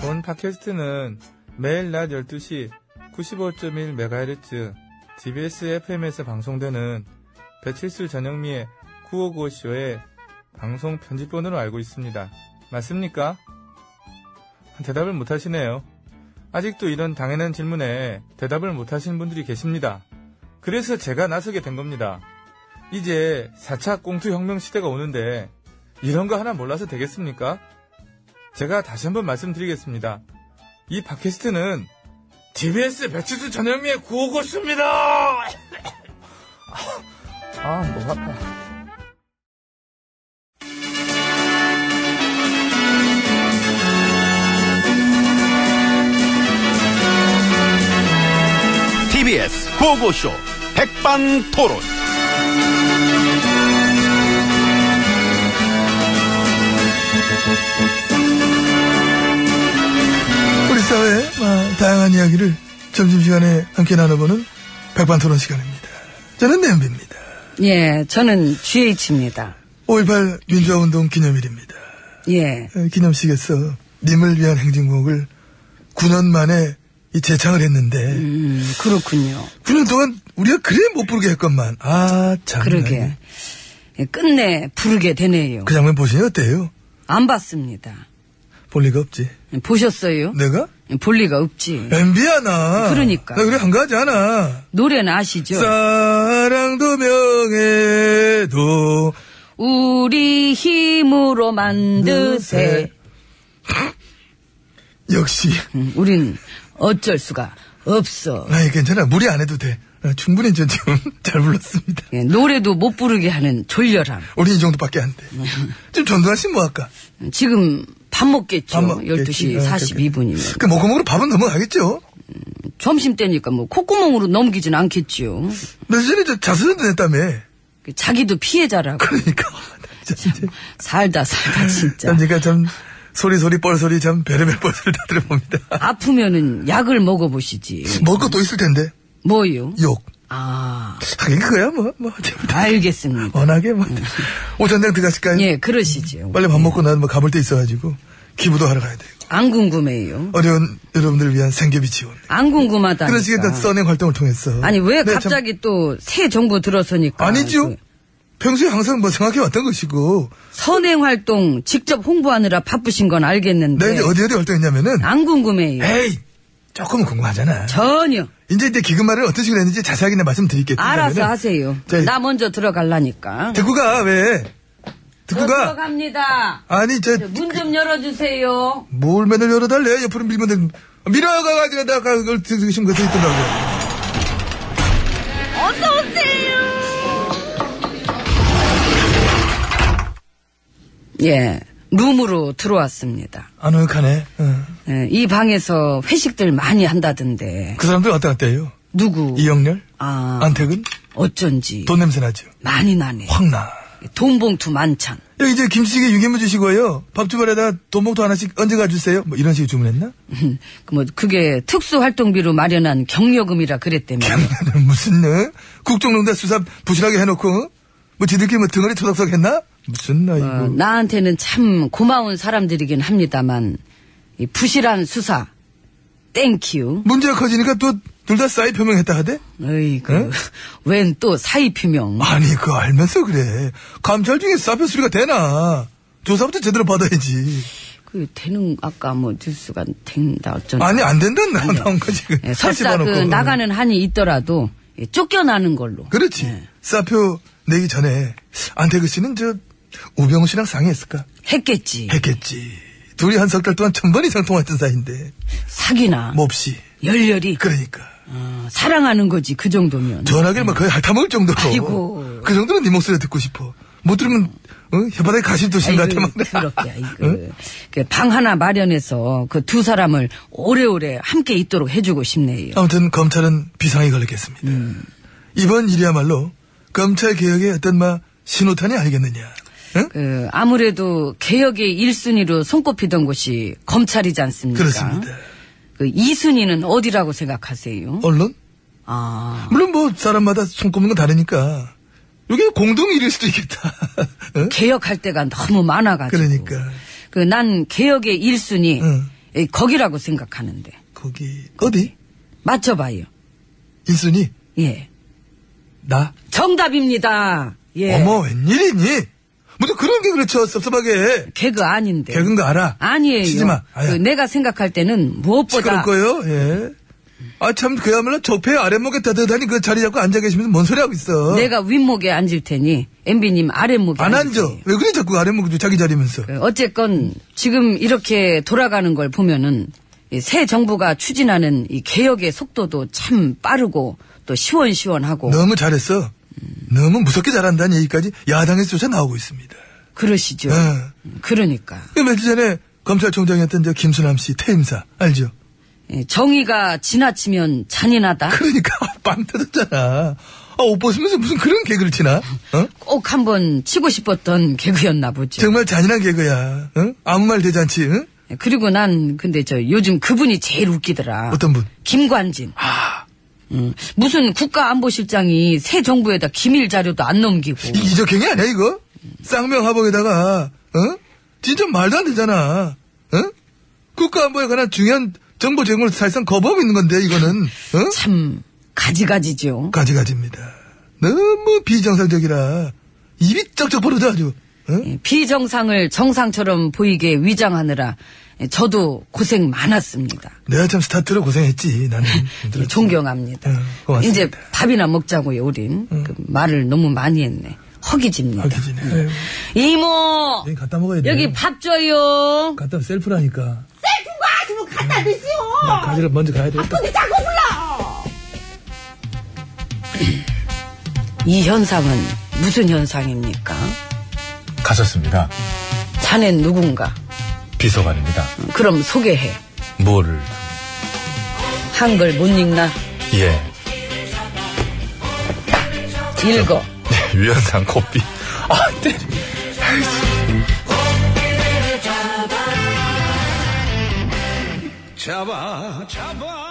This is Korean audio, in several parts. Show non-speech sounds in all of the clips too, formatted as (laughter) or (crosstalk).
본 팟캐스트는 매일 낮 12시 95.1MHz TBS FM에서 방송되는 배칠수 전영미의 9595쇼의 방송 편집본으로 알고 있습니다. 맞습니까? 대답을 못하시네요. 아직도 이런 당연한 질문에 대답을 못하신 분들이 계십니다. 그래서 제가 나서게 된 겁니다. 이제 4차 공투 혁명 시대가 오는데 이런 거 하나 몰라서 되겠습니까? 제가 다시 한번 말씀드리겠습니다. 이 팟캐스트는 TBS 배치수 전현미의 구호고수입니다! (laughs) 아, 목 아파. TBS 고고쇼 백반토론. 우리 사회의 아, 다양한 이야기를 점심시간에 함께 나눠보는 백반토론 시간입니다. 저는 냄비입니다. 예, 저는 GH입니다. 5.18 민주화운동 기념일입니다. 예, 어, 기념식에서 님을 위한 행진곡을 9년 만에 이 재창을 했는데 음, 그렇군요. 9년 동안 우리가 그래 못 부르게 했건만 아 참. 그러게. 예, 끝내 부르게 되네요. 그 장면 보시니 어때요? 안 봤습니다. 볼 리가 없지. 보셨어요? 내가? 예, 볼 리가 없지. 엠비야 나. 그러니까. 나 그래 한 가지 하나. 노래는 아시죠? 네. 사랑도 명예도 우리 힘으로 네. 만드세. 역시. 음, 우린 어쩔 수가 없어. 아이 예, 괜찮아 무리 안 해도 돼 아, 충분히 저 지금 (laughs) 잘 불렀습니다 예, 노래도 못 부르게 하는 졸렬함. 우린 이 정도밖에 안돼 지금 전두환 씨 뭐 할까 지금 밥 먹겠죠? 밥 먹- 12시 아, 42분이면. 그 먹고먹으로 밥은 넘어가겠죠 점심 때니까 뭐 콧구멍으로 넘기진 않겠지요. 며칠 전에 저 자수전도 냈다며 그 자기도 피해자라고. 그러니까 (laughs) 나 진짜 살다 살다 (laughs) 진짜 참 제가 참 소리소리 뻘소리 참 별의별 뻘소리 다 들어봅니다 아프면은 약을 먹어보시지 먹을 것도 있을 텐데 뭐요? 욕 아 하긴 그거야 뭐, 뭐 어차피 알겠습니다 워낙에 뭐 오전장 들어가실까요 음. 예 그러시지요 빨리 밥 먹고 나는 뭐 가볼 데 있어가지고 기부도 하러 가야 돼요 안 궁금해요 어려운 여러분들을 위한 생계비 지원 안 궁금하다 그런 식의 어떤 써낸 활동을 통해서. 아니 왜 네, 참- 갑자기 또 새 정부 들어서니까 아니죠. 그 평소에 항상 뭐 생각해왔던 것이고. 선행활동 직접 홍보하느라 바쁘신 건 알겠는데 내가 이제 네, 어디 어디 활동했냐면은. 안 궁금해요 에이! 조금은 궁금하잖아. 전혀 이제 이제 기금말을 어떤 식으로 했는지 자세하게 내 말씀드릴게요. 알아서 하세요 네. 자, 나 먼저 들어갈라니까 듣고 가, 왜? 듣고 저 가. 들어갑니다 아니, 저, 문 좀 열어주세요 뭘 맨날 열어달래? 옆으로 밀면 되 밀어가가지고, 나, 아까 그걸 들으신 것도 있더라고요. 예 룸으로 들어왔습니다 안 어역하네. 어. 예, 이 방에서 회식들 많이 한다던데 그 사람들 왔다 갔다 해요. 누구 이영렬? 아. 안태근? 어쩐지 돈 냄새 나죠? 많이 나네 확 나. 돈봉투 만찬 (laughs) 여기 이제 김치찌개 유개무 주시고요. 밥 주말에다 돈봉투 하나씩 얹어가 주세요. 뭐 이런 식으로 주문했나? (laughs) 그 뭐 그게 특수활동비로 마련한 경력금이라 그랬다며 무슨 네? 국정농단 수사 부실하게 해놓고 어? 뭐 지들끼리 뭐 등어리 토닥토닥 했나? 무슨 나 이거. 어, 나한테는 참 고마운 사람들이긴 합니다만 이 부실한 수사 땡큐 문제가 커지니까 또 둘 다 싸이 표명했다 하대? 어이구 (laughs) 웬 또 사이 표명 아니 그거 알면서 그래. 감찰 중에 싸표 수리가 되나? 조사부터 제대로 받아야지. 그 되는 아까 뭐 뉴스가 된다 어쩐다 아니 안 된다 나 나온 거지. 그 음. 예, 다시 설사 그 봐놓고. 나가는 한이 있더라도 예, 쫓겨나는 걸로 그렇지. 예. 싸표 내기 전에 안태그 씨는 저 우병우 씨랑 상의했을까? 했겠지 했겠지. 둘이 한 석 달 동안 천 번 이상 통화했던 사이인데 사기나 몹시 열렬히 뭐, 그러니까 어, 사랑하는 거지 그 정도면 전화기를 막 거의 핥아먹을 정도로 아이고. 그 정도는 네 목소리 듣고 싶어 못 들으면 어? 혓바닥에 가시 도신 것 같아 아이고, 막 그렇게 아이고 그 방 하나 마련해서 그 두 사람을 오래오래 함께 있도록 해주고 싶네요 (laughs) 아무튼 검찰은 비상이 걸렸겠습니다 음. 이번 일이야말로 검찰 개혁의 어떤 막 신호탄이 아니겠느냐 응? 그 아무래도 개혁의 1순위로 손꼽히던 곳이 검찰이지 않습니까 그렇습니다 그 2순위는 어디라고 생각하세요 언론 아 물론 뭐 사람마다 손꼽는 건 다르니까 이게 공동 일일 수도 있겠다 (laughs) 응? 개혁할 때가 너무 많아가지고 그러니까 그 난 개혁의 1순위 응. 예, 거기라고 생각하는데. 거기 어디? 맞춰봐요. 인순이 예. 나. 정답입니다. 예. 어머 웬일이니? 무슨 그런 게 그렇죠 섭섭하게. 개그 아닌데. 개근 거 알아? 예. 아니에요. 치지 마. 아야. 그 내가 생각할 때는 무엇보다 시끄러울 거예요. 예. 아 참 그야말로 저패 아랫목에 따뜻하니 그 자리 잡고 앉아 계시면서 뭔 소리 하고 있어. 내가 윗목에 앉을 테니 MB님 아랫목에 안 앉으세요. 앉아. 왜 그래 자꾸 아랫목에 자기 자리면서. 그 어쨌건 지금 이렇게 돌아가는 걸 보면은 이새 정부가 추진하는 이 개혁의 속도도 참 빠르고 또 시원시원하고 너무 잘했어. 너무 무섭게 잘한다는 얘기까지 야당에서조차 나오고 있습니다. 그러시죠. 예. 그러니까 그 며칠 전에 검찰총장이었던 저 김수남 씨 퇴임사 알죠? 예, 정의가 지나치면 잔인하다. 그러니까 (laughs) 빵 터졌잖아. 아, 옷 벗으면서 무슨 그런 개그를 치나? 어? 꼭 한번 치고 싶었던 개그였나 보죠. 정말 잔인한 개그야. 응? 아무 말 되지 않지? 응? 예, 그리고 난 근데 저 요즘 그분이 제일 웃기더라. 어떤 아. 분? 김관진. 음, 무슨 국가안보실장이 새 정부에다 기밀 자료도 안 넘기고 이- 이적행위 아니야 이거? 쌍명하복에다가 어? 진짜 말도 안 되잖아. 어? 국가안보에 관한 중요한 정보 제공을 사실상 거부하고 있는 건데 이거는 어? 참 가지가지죠. 가지가지입니다. 너무 비정상적이라 입이 쩍쩍 벌어져 아주. 어? 예, 비정상을 정상처럼 보이게 위장하느라 예, 저도 고생 많았습니다. 내가 참 스타트로 고생했지 나는. 예, 존경합니다. 예, 고맙습니다. 음. 이제 밥이나 먹자고요, 우린. 그 말을 너무 많이 했네. 허기집니다. 허기지네. 아유, 이모! 여기 갖다 먹어야 돼. 여기 밥 줘요. 갖다 셀프라니까. 아, 그거 갖다 드시오. 가지를 먼저 가야 되겠다. 근데 자꾸 불러. 이 현상은 무슨 현상입니까? 가셨습니다. 자넨 누군가? 비서관입니다. 그럼 소개해. 뭐를? 한글 못 읽나? 예. 읽어. 유현상 코피. 아, 때 잡아, 잡아.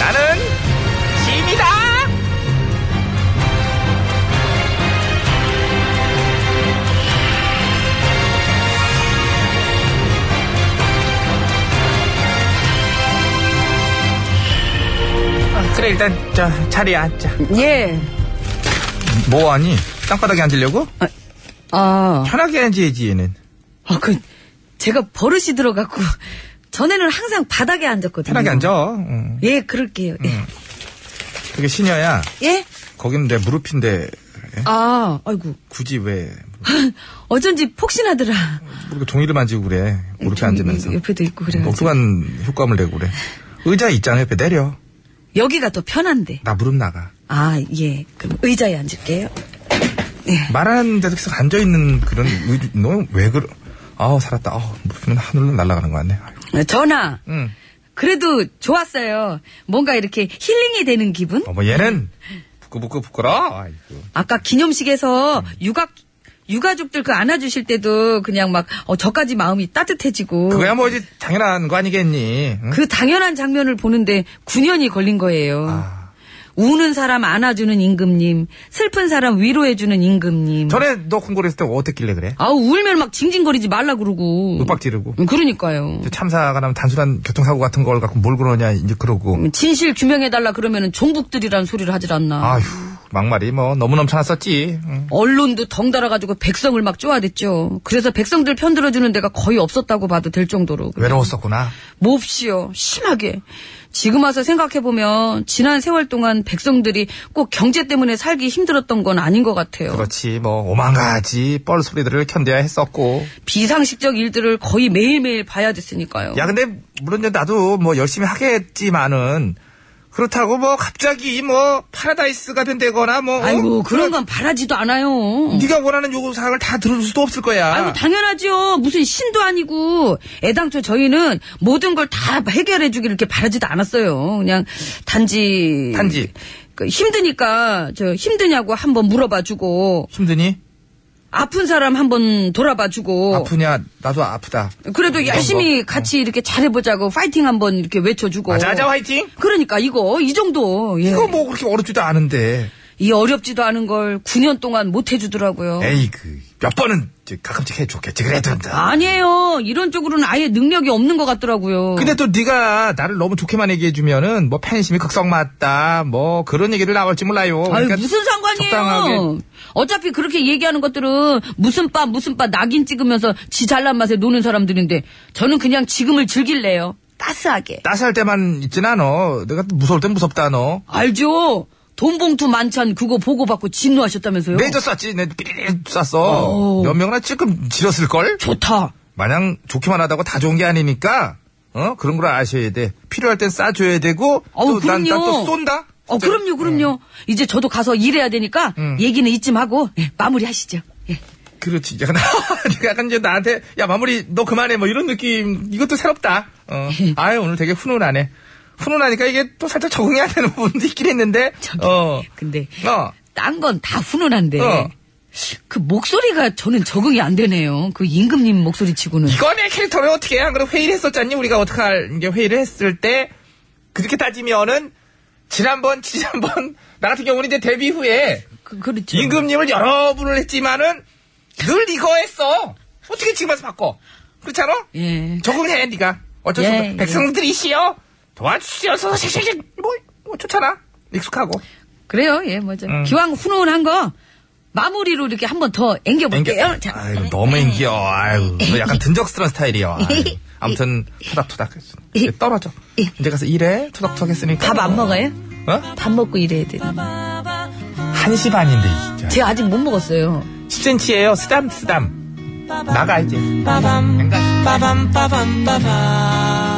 나는 짐이다. 그래 일단 자 자리에 앉자. 예. 뭐 하니? 땅바닥에 앉으려고? 아, 편하게 앉아야지 얘는. 아, 그, 제가 버릇이 들어갖고, 전에는 항상 바닥에 앉았거든요. 편하게 앉아. 음. 응. 예, 그럴게요. 예. 그게 시녀야. 예? 거긴 내 무릎인데 예. 아, 아이고. 굳이 왜 어쩐지 폭신하더라. 무릎에 종이를 만지고 그래. 무릎에 좀 앉으면서. 이- 옆에도 있고 그래가지고. 엉뚱한 효과물 내고 그래. 의자 있잖아 옆에 내려. 여기가 더 편한데. 나 무릎 나가. 아, 예. 그럼 의자에 앉을게요. 말하는 데서 계속 앉아 있는 그런 의, 너왜 그러? 아우 살았다. 아우 무릎은 하늘로 날아가는 거 같네. 아이고. 전화. 응. 그래도 좋았어요. 뭔가 이렇게 힐링이 되는 기분? 뭐 어머 얘는 부끄부끄 부끄러. 아이고. 아까 기념식에서 유가, 유가족들 그 안아주실 때도 그냥 막, 어, 저까지 마음이 따뜻해지고. 그거야 뭐지 당연한 거 아니겠니? 응? 그 당연한 장면을 보는데 9년이 걸린 거예요. 우는 사람 안아주는 임금님, 슬픈 사람 위로해주는 임금님. 전에 너 콩고랬을 때 어땠길래 그래? 아우 울면 막 징징거리지 말라 그러고. 윽박 지르고. 음, 그러니까요. 참사가 나면 단순한 교통사고 같은 걸 갖고 뭘 그러냐 이제 그러고. 음, 진실 규명해달라 그러면은 종북들이란 소리를 하질 않나. 아휴 막말이 뭐 너무 넘쳐났었지. 응. 언론도 덩달아가지고 백성을 막 쪼아댔죠. 그래서 백성들 편들어주는 데가 거의 없었다고 봐도 될 정도로. 외로웠었구나. 몹시요. 심하게. 지금 와서 생각해보면 지난 세월 동안 백성들이 꼭 경제 때문에 살기 힘들었던 건 아닌 것 같아요. 그렇지 뭐 오만 가지 뻘 소리들을 견뎌야 했었고. 비상식적 일들을 거의 매일매일 봐야 됐으니까요. 야 근데 물론 이제 나도 뭐 열심히 하겠지만은 그렇다고 뭐 갑자기 뭐 파라다이스가 된다거나 뭐. 어? 아이고 그런 건 바라지도 않아요. 네가 원하는 요구 사항을 다 들을 수도 없을 거야. 아이고 당연하죠. 무슨 신도 아니고 애당초 저희는 모든 걸 다 해결해 주길 이렇게 바라지도 않았어요. 그냥 단지 단지. 그 힘드니까 저 힘드냐고 한번 물어봐 주고 힘드니? 아픈 사람 한번 돌아봐 주고 아프냐? 나도 아프다. 그래도 열심히 거. 같이 이렇게 잘해 보자고 파이팅 한번 이렇게 외쳐 주고 아, 자자 화이팅. 그러니까 이거 이 정도 예. 이거 뭐 그렇게 어렵지도 않은데. 이 어렵지도 않은 걸 9년 동안 못 해주더라고요. 에이 그 몇 번은 이제 가끔씩 해줬겠지 그래도 한다. 아니에요. 이런 쪽으로는 아예 능력이 없는 것 같더라고요. 근데 또 네가 나를 너무 좋게만 얘기해주면은 뭐 팬심이 극성 맞다 뭐 그런 얘기를 나올지 몰라요. 아유, 그러니까 무슨 상관이에요? 적당하게. 어차피 그렇게 얘기하는 것들은 무슨 빠 무슨 빠 낙인 찍으면서 지 잘난 맛에 노는 사람들인데 저는 그냥 지금을 즐길래요. 따스하게. 따스할 때만 있진 않어. 내가 또 무서울 땐 무섭다 너. 알죠? 돈봉투 만찬 그거 보고받고 진노하셨다면서요? 매저 쐈지, 내 삐리리 쐈어. 몇 명이나 지금 지렸을 걸. 좋다. 마냥 좋기만 하다고 다 좋은 게 아니니까 어 그런 걸 아셔야 돼. 필요할 땐 싸줘야 되고 어우, 또 난 그럼요. 또 쏜다. 네. 어, 그럼요, 그럼요. 이제 저도 가서 일해야 되니까 음. 얘기는 이쯤 하고 예, 마무리하시죠. 예. 그렇지. 약간, 약간 (laughs) 이제 나한테, 야, 마무리, 너 그만해. 뭐 이런 느낌, 이것도 새롭다. (laughs) 어. 아유, 오늘 되게 훈훈하네. 훈훈하니까 이게 또 살짝 적응이 안 되는 부분도 있긴 했는데, 어. 근데 어. 딴 건 다 훈훈한데 어. 그 목소리가 저는 적응이 안 되네요. 그 임금님 목소리치고는 이거네 캐릭터를 어떻게 해? 안 그래도 회의를 했었잖니? 우리가 어떻게 할, 이제 회의를 했을 때, 그렇게 따지면은, 지난번, (laughs) 지난번, 나 같은 경우는 이제 데뷔 후에, 그, 그렇죠. 임금님을 여러 분을 했지만은, 늘 이거 했어. 어떻게 지금 와서 바꿔? 그렇지 않아? 예. 적응해 네가 어쩔 수 예, 없어 예. 백성들이시여 도와주시어서 씩씩씩 뭐, 뭐 좋잖아 익숙하고 그래요. 예, 뭐죠. 기왕 훈훈한 거 마무리로 이렇게 한 번 더 앵겨 볼게요. 자. 아유 너무 인기여 아유 너 약간 든적스러운 스타일이여 아유. 예. 아무튼 토닥토닥 이제 떨어져 이제 가서 일해 토닥토닥 했으니까 밥 안 먹어요? 어? 밥 먹고 일해야 돼. 한시 반인데 진짜 제가 아직 못 먹었어요. 10cm예요 쓰담 쓰담 나가 이제 빠밤 빠밤 빠밤 빠밤